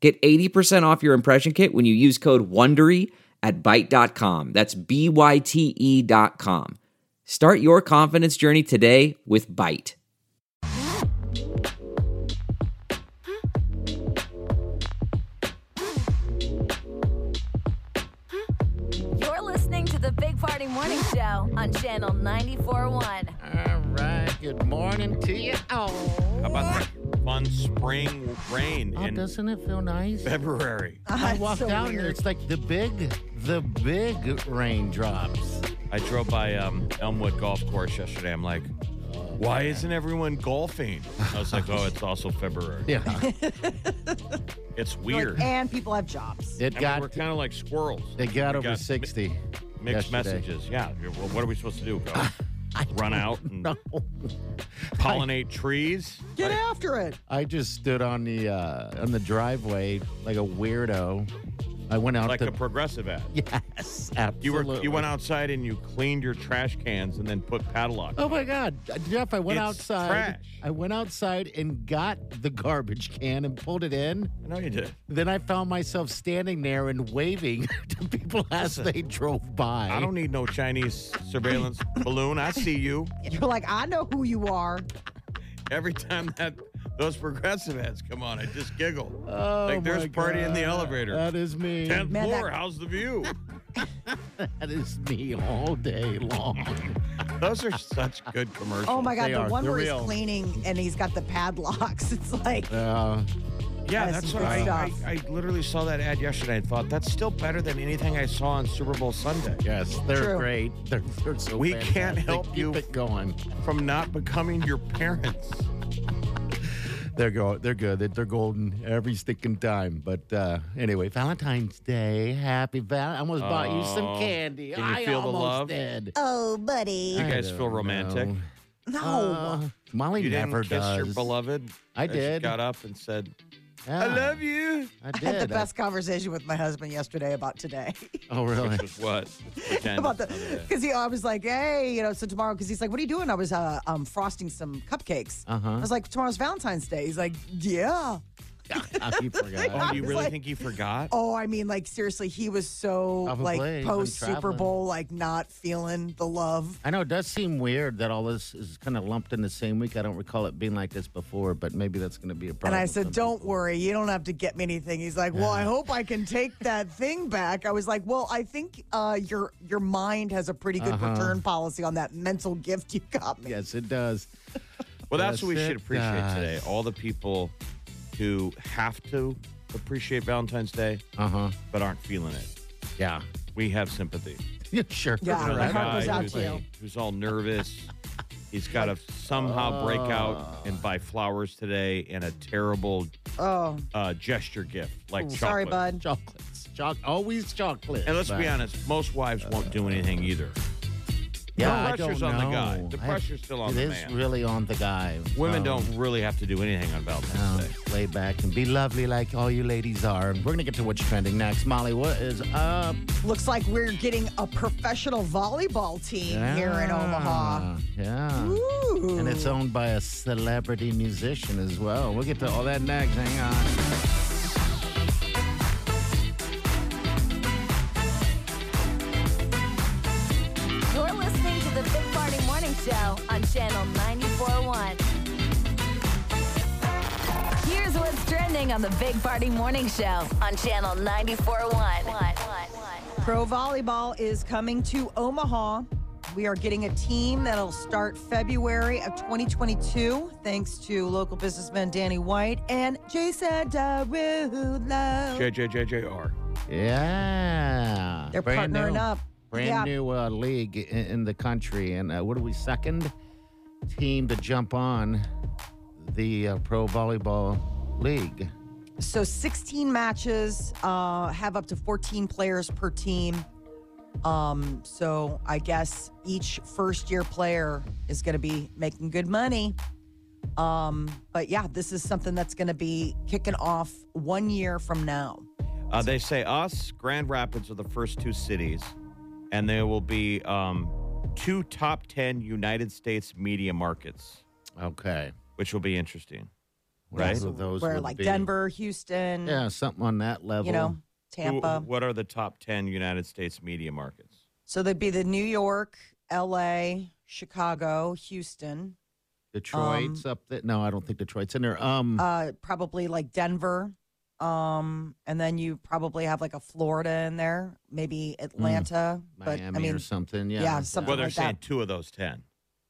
Get 80% off your impression kit when you use code WONDERY at Byte.com. That's B-Y-T-E E dot com. Start your confidence journey today with Byte. You're listening to the Big Party Morning Show on Channel 94.1. All right. Good morning to you. Oh, How about that fun spring rain oh in doesn't it feel nice? February? I walked out and it's like the big, the big raindrops. I drove by um, Elmwood Golf Course yesterday. I'm like, why isn't everyone golfing? I was like, oh, it's also February. Yeah, It's Like, "Eh." weird. and people have jobs. it I mean, we're got kind of like squirrels. it got We over mi- sixty. yesterday. Mixed messages. Yeah. you're- Well, what are we supposed to do? Go run out and pollinate trees? Get after it. I just stood on the uh, on the driveway like a weirdo. I went out Like to a progressive ad. yes, absolutely. You were you went outside and you cleaned your trash cans and then put padlock. Oh my God, Jeff! I went It's outside. trash. I went outside and got the garbage can and pulled it in. I know you did. Then I found myself standing there and waving to people as they drove by. I don't need no Chinese surveillance balloon. I see you. You're like, I know who you are. Every time that those progressive ads come on, I just giggle. Oh, like there's my party in the God. elevator. That is me. Tenth Man, floor. that- How's the view? That is me all day long. Those are such good commercials. Oh my God, They the are. one They're where real. he's cleaning and he's got the padlocks. It's like, Uh, Yeah, that's That's some what I, good I. stuff. I literally saw that ad yesterday and thought that's still better than anything I saw on Super Bowl Sunday. yes, they're True. great. They're, they're so We can't fantastic. help Keep you. it going. From not becoming your parents. They're go. They're good. They're golden every stinking time. But uh, anyway, Valentine's Day. Happy Val. I almost bought you some Oh, candy. can you I feel the almost love? did. oh, buddy. You I guys feel don't romantic? know. No. Uh, Molly you didn't never kiss does. your beloved. I as you did. got up and said, Yeah, Ah. "I love you." I I did. had the best conversation with my husband yesterday about today. Oh, really? Which was what? Pretend about the it's another day. because he I was like, hey, you know, so tomorrow because he's like, what are you doing? I was uh, um frosting some cupcakes. Uh-huh. I was like, tomorrow's Valentine's Day. He's like, yeah. Ah, I keep forgetting. Oh, do you was really like- think he forgot? Oh, I mean, like seriously, he was so Probably, like from post Super traveling. Bowl, like not feeling the love. I know it does seem weird that all this is kind of lumped in the same week. I don't recall it being like this before, but maybe that's going to be a And problem. I with said, some "Don't people. worry, you don't have to get me anything." He's like, "Well, I hope I can take that thing back." I was like, "Well, I think uh, your your mind has a pretty good Uh-huh. return policy on that mental gift you got me." Yes, it does. Well, that's what we Yes, should it appreciate does. today. All the people who have to appreciate Valentine's Day Uh huh. but aren't feeling it. Yeah. We have sympathy. Yeah, sure. Yeah, You know, All the right. guy Heart goes out who's, to you. who's all nervous. He's got to somehow break out and buy flowers today and a terrible Oh, uh, gesture gift like chocolate. sorry, bud. Chocolates. Choc- always chocolate. And let's be honest, most wives won't do anything either. Yeah, the pressure's I on don't the know. guy. The I- pressure's still on the It is man. really on the guy. Women Um, don't really have to do anything on um, Valentine's Day. lay back and be lovely like all you ladies are. We're going to get to what's trending next. Molly, what is up? Looks like we're getting a professional volleyball team here in Yeah, Omaha. Yeah. Ooh. And it's owned by a celebrity musician as well. We'll get to all that next. Hang on. You're listening to the Big Party Morning Show on Channel 94.1. Here's what's trending on the Big Party Morning Show on Channel 94.1. Pro volleyball is coming to Omaha. We are getting a team that'll start February of 2022, thanks to local businessman Danny White and Jason Derulo. JJJJR. Yeah. They're Brand partnering new, up. Brand Yeah. new uh, league in, in the country. And uh, what are we, second team to jump on the uh, Pro Volleyball League? So 16 matches uh, have up to 14 players per team. Um, so I guess each first year player is going to be making good money. Um, but yeah, this is something that's going to be kicking off one year from now. Uh, they say us, Grand Rapids are the first two cities, and there will be um, two top 10 United States media markets, Okay. which will be interesting. Well, Right. so those Where would like be- Denver, Houston, Yeah, something on that level. you know, Who- Tampa. what are the top 10 United States media markets? So they'd be the New York, LA, Chicago, Houston, Detroit's up there. No, I don't think Detroit's in there. Um, um, uh, probably like Denver. Um, and then you probably have like a Florida in there, maybe Atlanta. but Mm. Miami I mean, or something. Yeah. yeah, something Well, they're like saying that. two of those 10.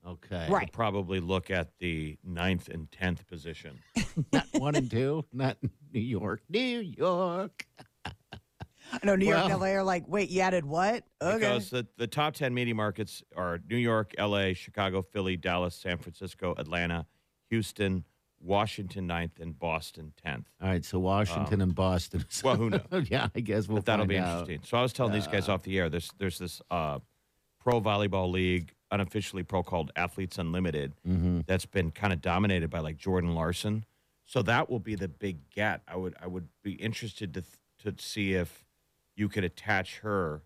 Okay. Right. Probably look at the ninth and 10th position. Not one and two. Not New York. New York. I know New York, Well- LA are like, wait, you added what? Okay. Because the, the top 10 media markets are New York, LA, Chicago, Philly, Dallas, San Francisco, Atlanta, Houston, Washington 9th, and Boston 10th. All right. So Washington and Boston. Oh. Well, who knows? yeah, I guess we'll. But that'll find be out. interesting. So I was telling these guys off the air. There's there's this uh, pro volleyball league, unofficially pro, called Athletes Unlimited, Mm-hmm. that's been kind of dominated by like Jordan Larson. So that will be the big get. I would I would be interested to th- to see if you could attach her.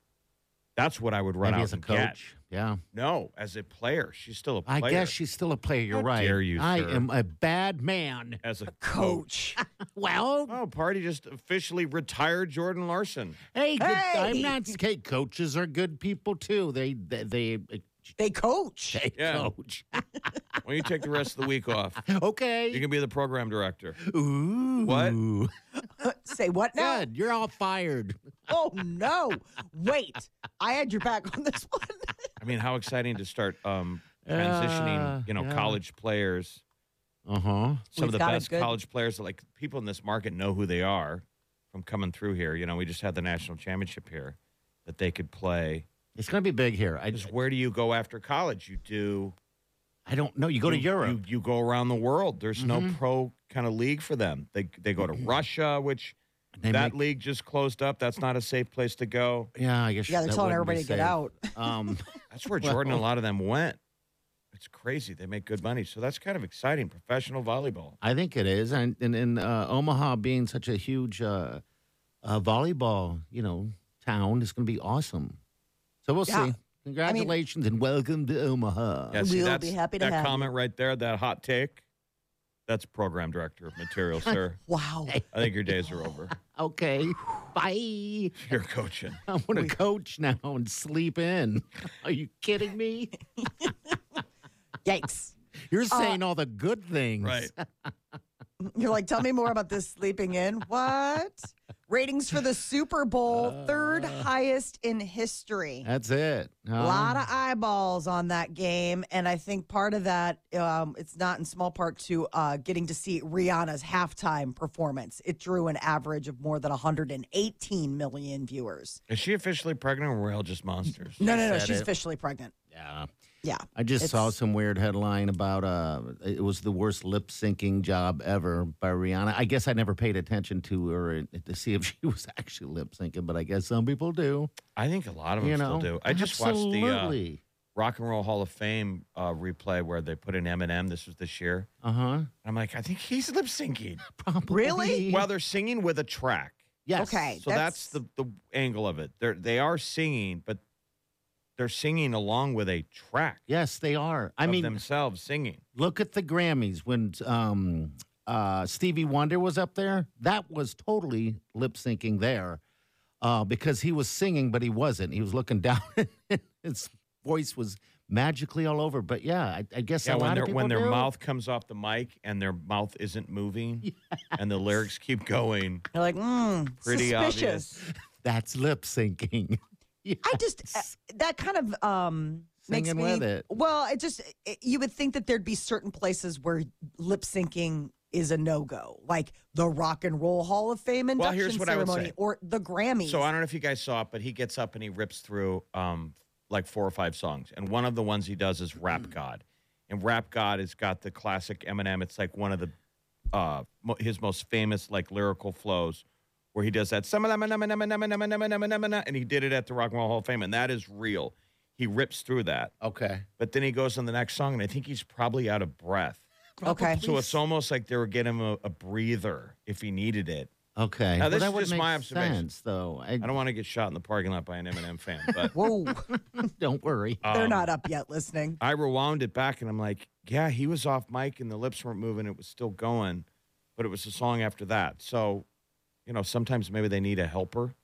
That's what I would run Maybe out as a and get. coach. Yeah. No, as a player, she's still a I player. guess she's still a player. You're How right. dare you, I sir. am a bad man. as a Coach. Well, Oh, party just officially retired Jordan Larson. hey, good, I'm Hey! not. Hey, coaches are good people too. They they, they, they coach. they Yeah. coach. Why don't you take the rest of the week off? You okay. can be the program director. Ooh. What? Say what now? Good. You're all fired. Oh no. Wait. I had your back on this one. I mean, how exciting to start um, transitioning, Uh, you know, yeah. college players. Uh huh. Some We've of the got a best good- college players, that, like people in this market know who they are from coming through here. You know, we just had the national championship here that they could play. It's going to be big here. I Because where do you go after college? You do I don't know. You go to you- Europe. You, you go around the world. There's Mm-hmm. no pro kind of league for them. They they go to Russia, which They that make- league just closed up. That's not a safe place to go. yeah, I guess. yeah, they're that telling wouldn't be everybody to get safe. out. Um, That's where Jordan and a lot of them went. It's crazy. They make good money. So that's kind of exciting. Professional volleyball. I think it is, and and, and uh, Omaha being such a huge uh, uh, volleyball, you know, town is going to be awesome. So we'll Yeah. see. Congratulations and welcome to Omaha. Yeah, see, Uh, We'll that's- be happy to that have you. comment right there, that hot take. That's program director of material, sir. Wow. I think your days are over. Okay, bye. You're coaching. I want to coach now and sleep in. Are you kidding me? Yikes. You're Uh, saying all the good things, Right. You're like, tell me more about this sleeping in. What? Ratings for the Super Bowl, third Uh. highest in history. That's it. Uh-huh. Um, A lot of eyeballs on that game. And I think part of that, um, it's not in small part to uh, getting to see Rihanna's halftime performance. It drew an average of more than 118 million viewers. Is she officially pregnant or we're all just monsters? No, no, no. said She's it. officially pregnant. yeah. Yeah. I just saw It's- some weird headline about uh, it was the worst lip syncing job ever by Rihanna. I guess I never paid attention to her to see if she was actually lip syncing, but I guess some people do. I think a lot of them you know, still do. I just watched the uh, absolutely. Rock and Roll Hall of Fame uh, replay where they put in Eminem. This was this year. uh huh. And I'm like, I think he's lip syncing. Probably. Really? Well, they're singing with a track. yes. Okay. So that's, the, the angle of it. They're they are singing, but they're singing along with a track Yes, they are. I of mean, themselves singing. look at the Grammys when um, uh, Stevie Wonder was up there. That was totally lip syncing there uh, because he was singing, but he wasn't. He was looking down. His voice was magically all over. But yeah, I, I guess Yeah, a when lot their of people when their do. mouth comes off the mic and their mouth isn't moving and the lyrics keep going. You're like, mm, Pretty suspicious. obvious. That's lip syncing. yeah. I just uh, that kind of um makes Singing me with it. well. It just it, you would think that there'd be certain places where lip syncing is a no go, like the Rock and Roll Hall of Fame induction Well, here's what I would ceremony say. or the Grammys. So I don't know if you guys saw it, but he gets up and he rips through um like four or five songs. And one of the ones he does is Rap God. And Rap God has got the classic Eminem. It's like one of the uh, mo- his most famous like lyrical flows, where he does that and he did it at the Rock and Roll Hall of Fame, and that is real. He rips through that, Okay. but then he goes on the next song, and I think he's probably out of breath. Okay. So it's almost like they were getting him a, a breather if he needed it. Okay. Now, this that is would just make my observation. sense, though. I, I don't want to get shot in the parking lot by an Eminem fan, but Whoa. don't worry. They're um, not up yet listening. I rewound it back and I'm like, yeah, he was off mic and the lips weren't moving. It was still going, but it was the song after that. So, you know, sometimes maybe they need a helper.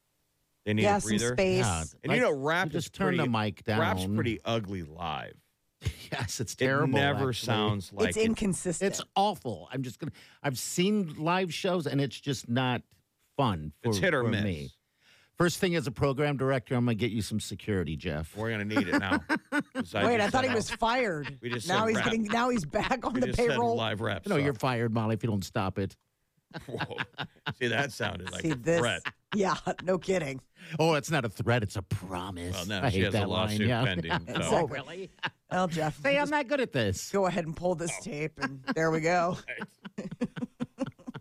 They need Yeah, a some breather. space. Yeah, And like, you know, rap you just is turn pretty, the mic down. Rap's pretty ugly live. Yes, it's terrible. it never actually. sounds like it's it. inconsistent. It's awful. I'm just gonna. I've seen live shows, and it's just not fun. For, It's hit or for miss. Me. First thing as a program director, I'm gonna get you some security, Jeff. We're gonna need it now. 'Cause Wait, just I thought said he was out- fired. We just now said he's rap. getting now he's back on we the just said payroll. live rap. You know, song. you're fired, Molly, if you don't stop it. Whoa. See, that sounded like See a this? threat. Yeah, no kidding. Oh, it's not a threat; it's a promise. Well, no, I she hate has that a line. lawsuit Yeah. Oh, pending. So. Exactly. really? Well, Jeff, Say, I'm just not good at this. go ahead and pull this Oh. tape, and there we go. Uh.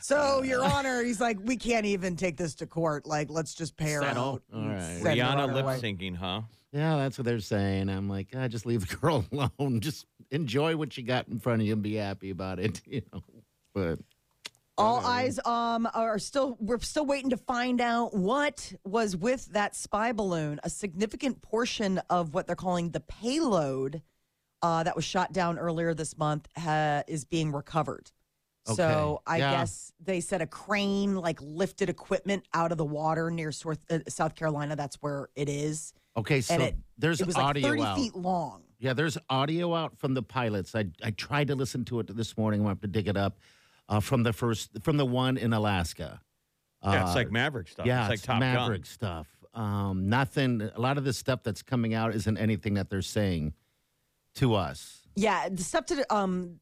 so, Your Honor, he's like, we can't even take this to court. Like, let's just pay her Settle. out. All and right. send her on Rihanna her lip way. syncing, huh? Yeah, that's what they're saying. I'm like, ah, just leave the girl alone. Just enjoy what you got in front of you and be happy about it. You know, but All eyes um are still we're still waiting to find out what was with that spy balloon. A significant portion of what they're calling the payload uh, that was shot down earlier this month uh, is being recovered. So Okay. I Yeah. guess they said a crane like lifted equipment out of the water near South, uh, South Carolina. That's where it is. okay, so And it- there's it was like audio thirty out. feet long. Yeah, there's audio out from the pilots. I I tried to listen to it this morning. I'm gonna have to dig it up uh, from the first from the one in Alaska. Yeah, it's Uh, like Maverick stuff. yeah, it's like it's Top Maverick stuff. Um, nothing. A lot of the stuff that's coming out isn't anything that they're saying to us. Yeah, the stuff to um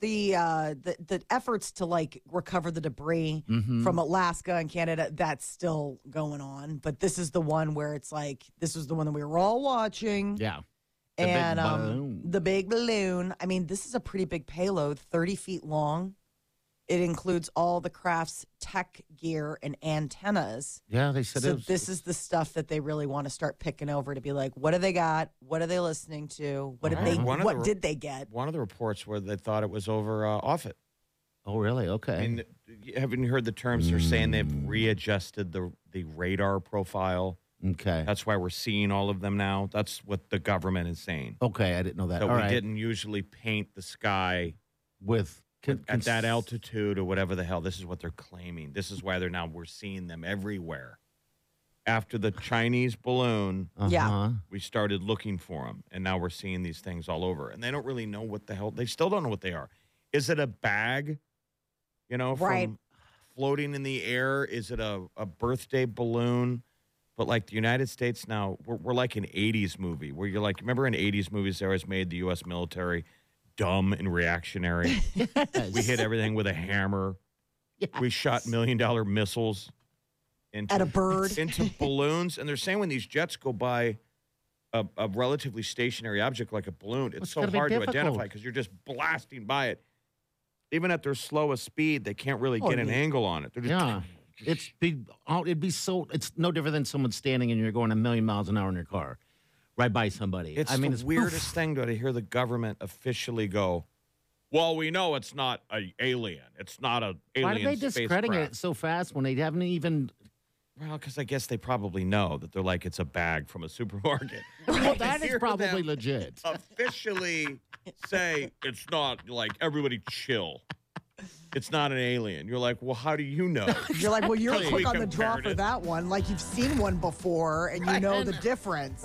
the uh the, the efforts to like recover the debris Mm-hmm. from Alaska and Canada that's still going on, but this is the one where it's like this was the one that we were all watching Yeah, the big and um balloon. the big balloon. I mean, this is a pretty big payload, 30 feet long. It includes all the craft's tech gear and antennas. yeah. They said So it was, this is the stuff that they really want to start picking over to be like, what do they got? What are they listening to? What did Wow. they? One of What the- did they get? Gun. One of the reports where they thought it was over uh, off it. Oh, really? I Okay. Mm. mean, haven't you heard the terms? They're saying they've readjusted the the radar profile. okay. That's why we're seeing all of them now. That's what the government is saying. Okay, I didn't know that. That All we right. didn't usually paint the sky with con- at cons- that altitude or whatever the hell. This is what they're claiming. This is why they're now we're seeing them everywhere. After the Chinese balloon, Yeah. Uh-huh. we started looking for them and now we're seeing these things all over and they don't really know what the hell they still don't know what they are is it a bag you know from Right. floating in the air is it a, a birthday balloon but like the united states now we're, we're like an 80s movie where you're like remember in 80s movies they always made the us military dumb and reactionary we hit everything with a hammer we shot million dollar missiles into At a bird. into balloons, and they're saying when these jets go by a, a relatively stationary object like a balloon, it's, It's so gonna be hard to difficult. identify because you're just blasting by it. Even at their slowest speed, they can't really get an angle on it. They're just, Oh, Yeah. It's be oh, it'd be so it's no different than someone standing and you're going a million miles an hour in your car, right by somebody. It's I mean, the it's weirdest thing though to hear the government officially go, "Well, we know it's not a alien. It's not a alien Why are they discrediting spacecraft." it so fast when they haven't even? Well, because I guess they probably know that they're like it's a bag from a supermarket. Well, that is Hear probably them. Oh. legit. officially say it's not like everybody chill. It's not an alien. You're like, well, how do you know? You're like, well, you're Totally quick on the draw compared for it. that one. Like you've seen one before and you know the difference.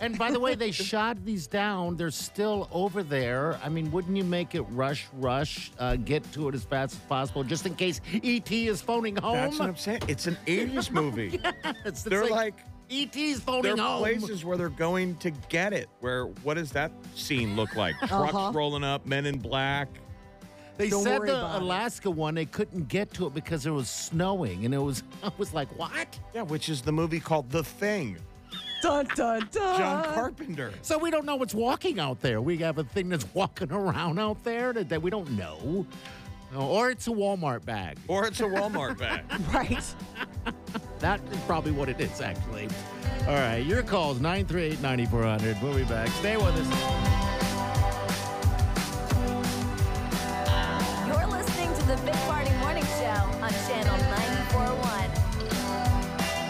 And by the way, they shot these down. They're still over there. I mean, wouldn't you make it rush, rush, uh, get to it as fast as possible, just in case ET is phoning home? That's what I'm saying. It's an 80s movie. It's- it's They're like, ET's there phoning are home. places where they're going to get it. Where what does that scene look like? Trucks rolling up, men in black. They Don't said worry the about it. Alaska one they couldn't get to it because it was snowing, and it was I was like, what? Yeah, which is the movie called The Thing. Uh-huh. Dun, dun, dun. John Carpenter. So we don't know what's walking out there. We have a thing that's walking around out there that, that we don't know. Or it's a Walmart bag. Or it's a Walmart bag. Right. That is probably what it is, actually. All right, your calls 938 9400. We'll be back. Stay with us. You're listening to the Big Party Morning Show on Channel 941.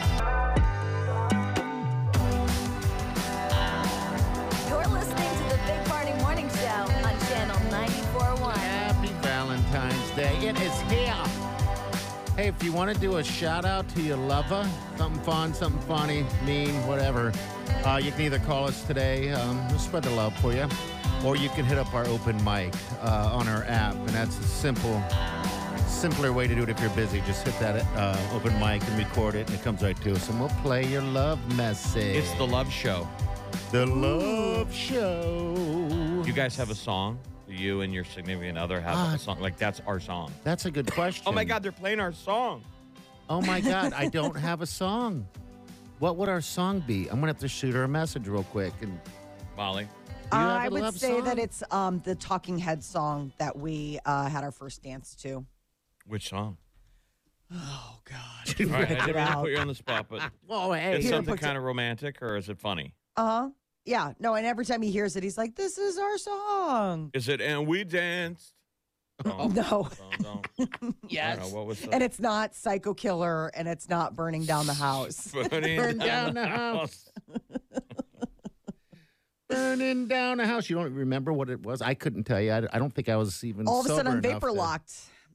You're listening to the Big Party Morning Show on Channel 941. Happy Valentine's Day. It is here. Hey, if you want to do a shout out to your lover, something fun, something funny, mean, whatever, uh, you can either call us today, um, we'll spread the love for you, or you can hit up our open mic uh, on our app. And that's a simple, simpler way to do it if you're busy. Just hit that uh, open mic and record it, and it comes right to us. And we'll play your love message. It's the love show. The Love Show. You guys have a song? Do you and your significant other have Ah. a song? Like, that's our song. That's a good question. Oh my God, they're playing our song. Oh my God! I don't have a song. What would our song be? I'm gonna have to shoot her a message real quick. And Molly, Do you have I a would love say song? that it's um, the Talking Head song that we uh, had our first dance to. which song? Oh God. All right, I it didn't mean to out. put you on the spot, but Whoa, hey! it's here, something put it- kind of romantic or is it funny? Uh huh. Yeah. No. And every time he hears it, he's like, "This is our song." Is it, and we danced? Oh, No. Yes. what was the- And it's not Psycho Killer, and it's not Burning Down the House. Burning Burn down the house. Burning down a house. You don't remember what it was? I couldn't tell you. I, I don't think I was even. all of a sudden, I'm sober enough vapor to- locked.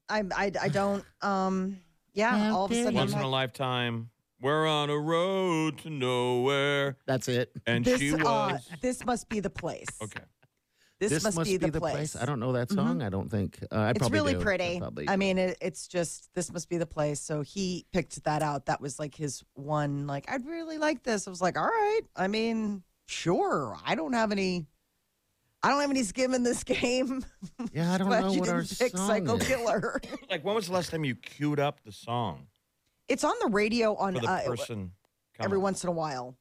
I'm. I. I don't. Um. Yeah. How all of a dare sudden, I'm Once in like, a lifetime, we're on a road to nowhere. That's it. And this. she uh, was. this must be the place. okay. This, must, be, the, place. Mm-hmm. I don't know that song. I don't think. Uh, I it's probably really do. I pretty. probably I do. mean, it, it's just this must be the place. So he picked that out. That was like his one. Like I'd really like this. I was like, all right. I mean, sure. I don't have any. I don't have any skin in this game. yeah, I don't Glad know you what our didn't pick song Psycho is. Killer. Like, when was the last time you queued up the song it's on the radio on for the uh, person? coming? every once in a while.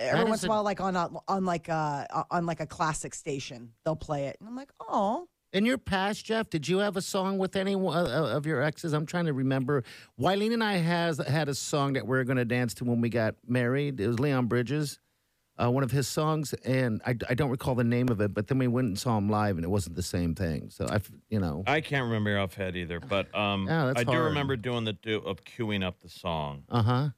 is Every once in a- a while, like on a, on like a on like a classic station, they'll play it, and I'm like, oh, In your past, Jeff, did you have a song with any one- uh, uh, of your exes? I'm trying to remember. Wileen and I has had a song that we are going to dance to when we got married. It was Leon Bridges, uh, one of his songs, and I, I don't recall the name of it. But then we went and saw him live, and it wasn't the same thing. So I, f- you know, I can't remember offhand either, but um, Oh, that's I do hard. remember doing the do of queuing up the song uh huh.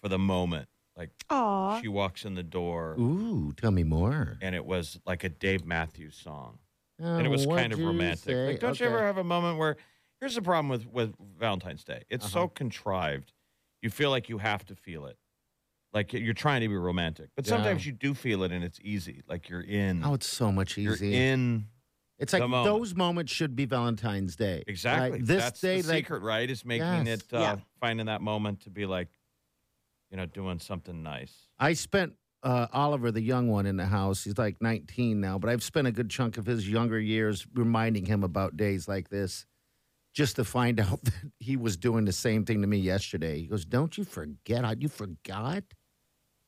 for the moment. Like aw, she walks in the door, Ooh, tell me more. and it was like a Dave Matthews song, Oh, and it was what'd kind of you romantic. say? Like, don't you Okay. ever have a moment where? Here's the problem with with Valentine's Day. It's Uh-huh. so contrived. You feel like you have to feel it. Like you're trying to be romantic, but Yeah. sometimes you do feel it, and it's easy. Like you're in. Oh, it's so much you're easier. in. it's like the moment. those moments should be Valentine's Day. right? Exactly. This That's day, the like secret, right? Is making Yes. it uh, Yeah. finding that moment to be like, you know, doing something nice. I spent uh, Oliver, the young one, in the house. He's like 19 now, but I've spent a good chunk of his younger years reminding him about days like this just to find out that he was doing the same thing to me yesterday. He goes, Don't you forget? I- You forgot?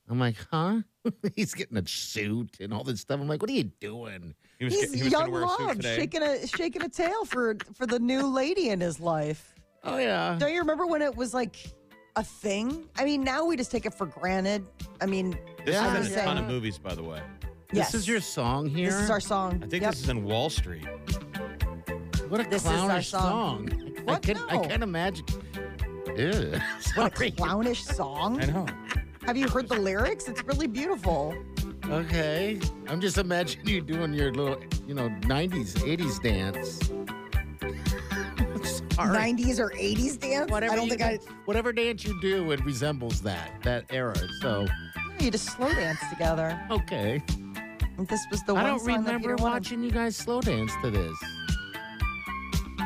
I'm like, Huh? He's getting a suit and all this stuff. I'm like, What are you doing? He was, he's he was young gonna wear a suit love, today. shaking a shaking a tail for for the new lady in his life. Oh, yeah. Don't you remember when it was like a thing? I mean, now we just take it for granted. I mean, This Yeah. is in a Yeah. ton of movies, by the way. yes. This is your song here? This is our song. I think Yep. this is in Wall Street. what a this is our clownish song. I, What? can, No. I can't imagine. Ew. what a Sorry. clownish song. I know. Have you heard the lyrics? It's really beautiful. Okay. I'm just imagining you doing your little, you know, 90s, 80s dance. All right. 90s or 80s dance. Whatever, I don't you think do- whatever dance you do, it resembles that, that era. So, I. You just slow dance together. okay. And This was Mm-hmm. the I one don't song that remember Peter wanted. watching you guys slow dance to this.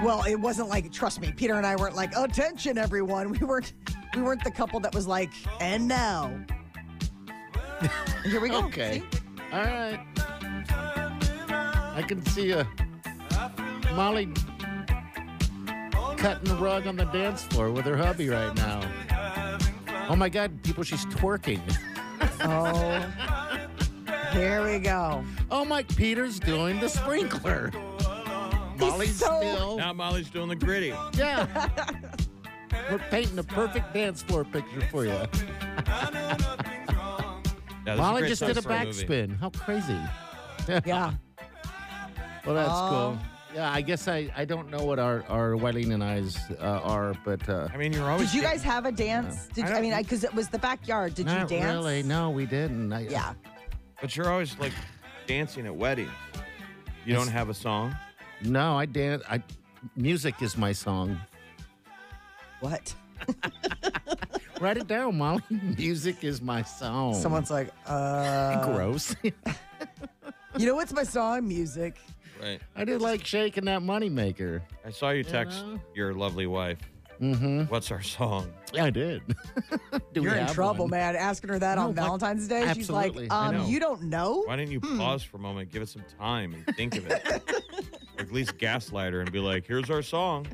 Well, it wasn't like trust me, Peter and I weren't like attention everyone. We weren't we weren't the couple that was like and now. Here we go. Okay. See? All right. I can see a Molly cutting the rug on the dance floor with her hubby right now. Oh my God, people, she's twerking. Oh. Here we go. Oh, Mike Peters doing the sprinkler. Molly's so- still. Now Molly's doing the gritty. Yeah. We're painting a perfect dance floor picture for you. Yeah, this is a Molly great just song did a for movie. backspin. How crazy. Yeah. Well, that's Oh. cool. Yeah, I guess I, I don't know what our, our wedding and I's uh, are, but uh, I mean, you're always. Did you getting- guys have a dance? Did I you, I don't- mean, because it was the backyard. Did not you dance? really. No, we didn't. I, Yeah. But you're always like dancing at weddings. You don't have a song. No, I dance. I music is my song. What? Write it down, Molly. music is my song. Someone's like, uh. gross. You know what's my song? Music. Right. I did like shaking that moneymaker. I saw Uh-huh. you text know? your lovely wife. Mm-hmm. What's our song? Yeah, I did. Do we You're in have trouble, one? man. Asking her that No, on what- Valentine's Day. She's Absolutely. like, I um, know. you don't know? Why didn't you pause for a moment, give it some time, and think of it? or at least gaslight her and be like, "Here's our song."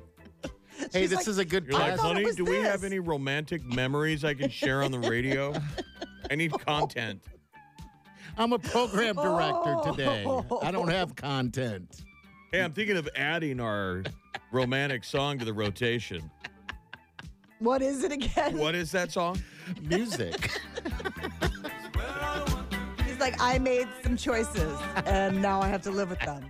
Hey, She's this like, is a good You're like, test. thought it "Honey, was do we have this." any romantic memories I can share on the radio? I need content." I'm a program director Oh. today. I don't have content. Hey, I'm thinking of adding our romantic song to the rotation. What is it again? What is that song? Music. He's like, I made some choices and now I have to live with them.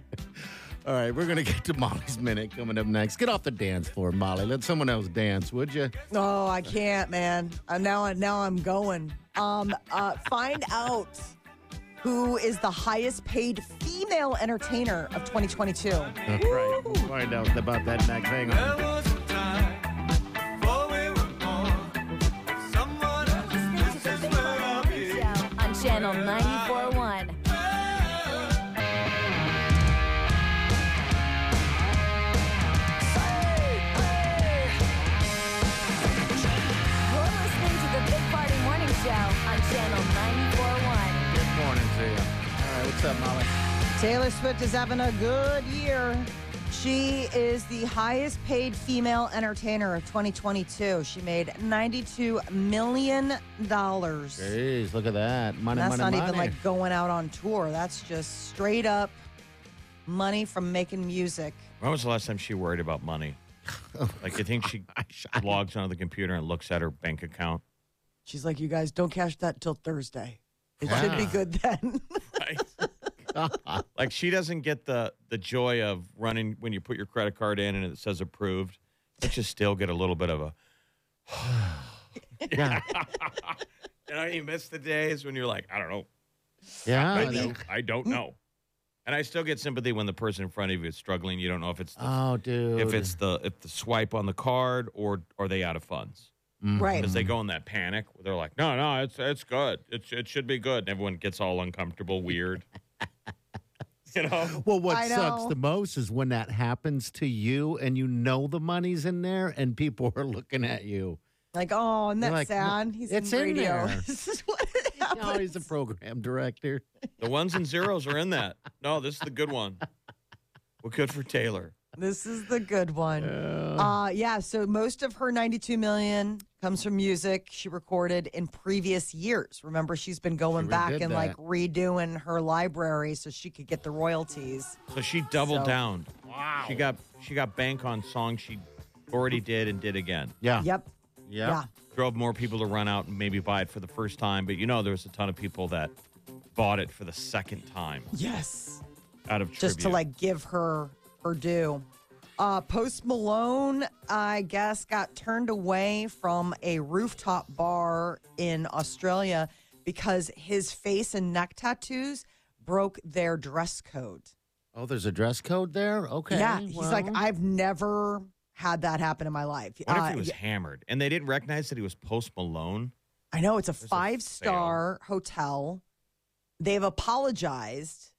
All right, we're going to get to Molly's Minute coming up next. Get off the dance floor, Molly. Let someone else dance, would you? Oh, I can't, man. Uh, now, I- now I'm going. Um, uh, find out who is the highest paid female entertainer of 2022. All right, we'll find out about that next. Hang on. On Channel 94.1. You're listening to the Big Party Morning Show on Channel 94.1. Good morning to you. All right, what's up, Molly? Taylor Swift is having a good year. She is the highest paid female entertainer of 2022. She made $92 million. Jeez, look at that. Money, That's not money, even money. like going out on tour. That's just straight up money from making music. When was the last time she worried about money? Like, you think she logs onto the computer and looks at her bank account? She's like, you guys don't cash that till Thursday. It should be Yeah. good then. God. Like, she doesn't get the the joy of running when you put your credit card in and it says approved. But you still get a little bit of a. Yeah. You know, you miss the days when you're like, I don't know, Yeah. I that- don't, I don't know. And I still get sympathy when the person in front of you is struggling. You don't know if it's the, Oh, dude. if it's the if the swipe on the card or are they out of funds. Mm-hmm. right. because they go in that panic. where They're like, no, no, it's it's good. It sh- it should be good. And everyone gets all uncomfortable, weird. you know, Well, what I sucks know. the most is when that happens to you and you know the money's in there and people are looking at you. Like, oh, and They're that's like, sad. "Look, He's it's in in there. radio. this is what it happens. Oh, he's a program director. the ones and zeros are in that. No, this is the good one. Well, good for Taylor. This is the good one. Uh, yeah. So most of her 92 million comes from music she recorded in previous years. Remember, she's been going She back redid and like that. redoing her library so she could get the royalties. So she doubled So- down. Wow. She got she got bank on songs she already did and did again. Yeah. Yep. Yeah. Drove more people to run out and maybe buy it for the first time. But you know, there was a ton of people that bought it for the second time Yes. out of Just to tribute. like give her her due. Uh, Post Malone, I guess, got turned away from a rooftop bar in Australia because his face and neck tattoos broke their dress code. Oh, there's a dress code there? Okay. Yeah, he's like, well. I've never had that happen in my life. What if Uh, he was yeah, hammered and they didn't recognize that he was Post Malone? I know it's a fail. five star hotel. They've apologized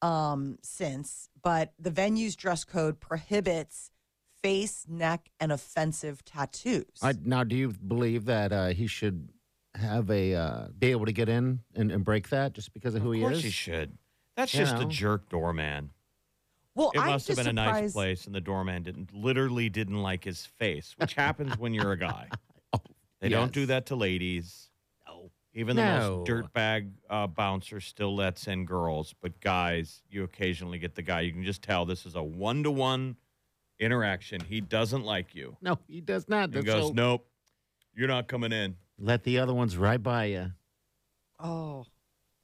um, since, but the venue's dress code prohibits face, neck, and offensive tattoos. I, now, do you believe that uh, he should have a uh, be able to get in and, and break that just because of, who Of he course is? he should. That's You just a know. jerk doorman. well, It I'm must have just been a nice surprised- place, and the doorman didn't literally didn't like his face, which happens when you're a guy. They don't Oh, do Yes. that to ladies. No. Even the No. most dirtbag uh, bouncer still lets in girls, but guys, you occasionally get the guy. You can just tell this is a one to one interaction. He doesn't like you. No, he does not. And That's goes, so- nope, you're not coming in. Let the other ones right by you. Oh,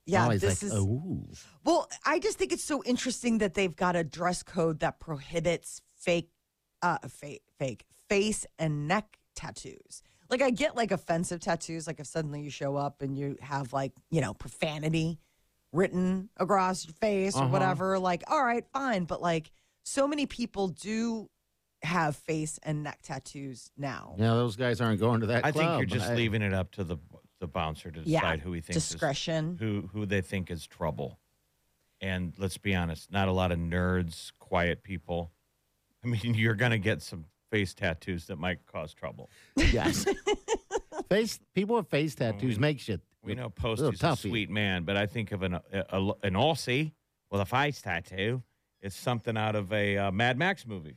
yeah. Always This like, "Oh, is ooh. well. I just think it's so interesting that they've got a dress code that prohibits fake, uh, fake, fake face and neck tattoos. Like I get like offensive tattoos. Like if suddenly you show up and you have like you know profanity written across your face or Uh-huh. whatever. Like all right, fine. But like so many people do have face and neck tattoos now. Yeah, those guys aren't going to that I think club. you're just I- leaving it up to the the bouncer to Yeah, decide who he thinks is Discretion. who who they think is trouble. And let's be honest, not a lot of nerds, quiet people. I mean, you're gonna get some face tattoos that might cause trouble. Yes. face people with face tattoos make you. We know little Posty's a toughie. sweet man, but I think of an a, a- an Aussie with a face tattoo. It's something out of a uh, Mad Max movie.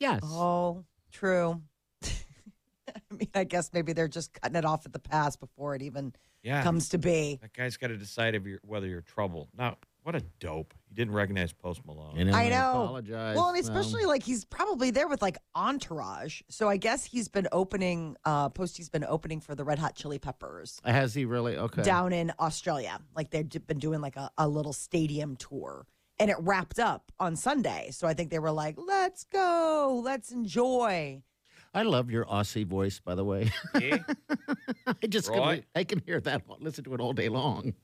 Yes. Oh, true. I mean, I guess maybe they're just cutting it off at the pass before it even Yeah, comes to be. that guy's got to decide if you're, whether you're trouble. Now, what a dope! You didn't recognize Post Malone. You know, I know. Apologize. Well, and um, especially like he's probably there with like entourage. So I guess he's been opening, uh, Posty's been opening for the Red Hot Chili Peppers has he really? Okay. down in Australia. Like they've d- been doing like a, a little stadium tour and it wrapped up on Sunday. So I think they were like, let's go, let's enjoy. I love your Aussie voice, by the way. Yeah. I just can- Right? I can hear that. one- Listen to it all day long.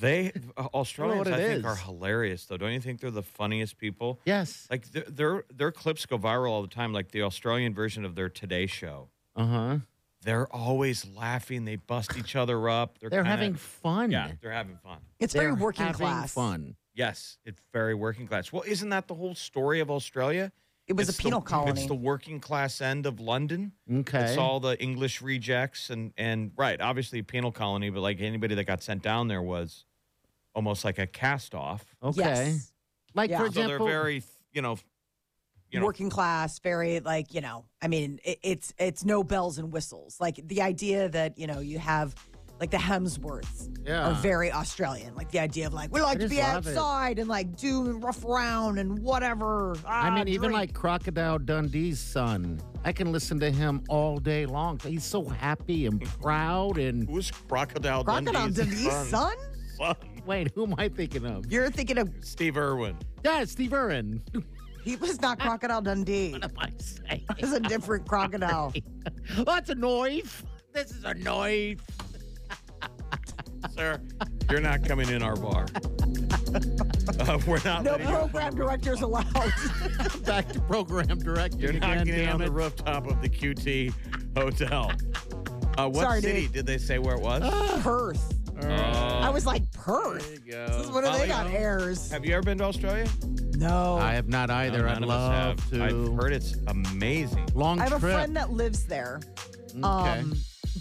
They uh, Australians, what I it think, is. are hilarious though. Don't you think they're the funniest people? Yes. Like their their, their clips go viral all the time. Like the Australian version of their Today Show. Uh huh. They're always laughing. They bust each other up. They're, They're kinda- having fun. yeah, they're having fun. It's They're very working having class. Fun. Yes, it's very working class. Well, isn't that the whole story of Australia? It was It's a penal the, colony. It's the working class end of London. Okay. It's all the English rejects and and right, obviously a penal colony, but like anybody that got sent down there was almost like a cast off. okay. Yes. Like Yeah. for so example, they're very, you know, you know, working class, very like you know. I mean, it, it's it's no bells and whistles. Like the idea that you know you have like the Hemsworths Yeah. are very Australian. Like the idea of like we like to Uh-huh. just be love it. outside and like do rough around and whatever. I Ah, mean, even drink. like Crocodile Dundee's son. I can listen to him all day long. He's so happy and proud. And who's Crocodile, Crocodile Dundee's Dundee's son. son? wait, who am I thinking of? You're thinking of Steve Irwin. Yeah, Steve Irwin. he was not Crocodile Dundee. What am I saying? Oh, It was a different crocodile. That's a knife. This is a knife. Sir, you're not coming in our bar. Uh, we're not No letting you- program directors allowed. Back to program director You're not again. getting damn on the it. rooftop of the QT hotel. Uh, what Sorry, city dude. did they say where it was? Perth. I was like There Perth. you Oh. This is go. what do they got? Polly-O. Hairs. Have you ever been to Australia? No. I have not either. No, I'd none of us love have. to. I've heard it's amazing. Long I have a trip. Mm, friend that lives there. Okay. Um,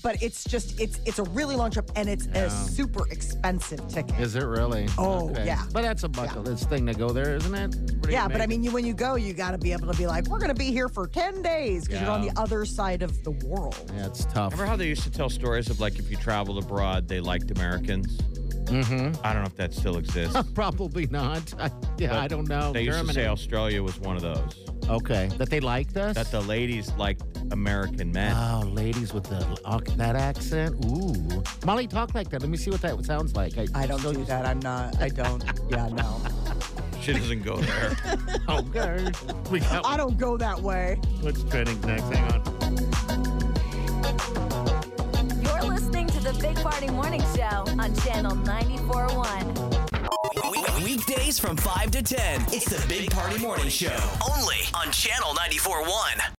but it's just it's it's a really long trip and it's Yeah. a super expensive ticket. Is it really? Oh, yeah. But that's a bucket list thing to go there, isn't it? It's pretty yeah, but I amazing. mean, you when you go, you got to be able to be like, we're going to be here for ten days because you're on Yeah. the other side of the world. Yeah, it's tough. Remember how they used to tell stories of like if you traveled abroad, they liked Americans? Mm-hmm. I don't know if that still exists. Probably not. I, yeah, But I don't know. They used Germany. to say Australia was one of those. okay, that they liked us. That the ladies liked American men. Oh, ladies with the oh, that accent. Ooh, Molly, talk like that. Let me see what that sounds like. I don't do that. I'm not. I don't. Yeah, no. she doesn't go there. Okay, Oh, we got I don't go that way. what's trending next. Hang on. You're listening to the Big Party Morning Show on Channel 94.1. Weekdays from 5 to 10. It's the Big Party Morning Show. Only on Channel 94.1.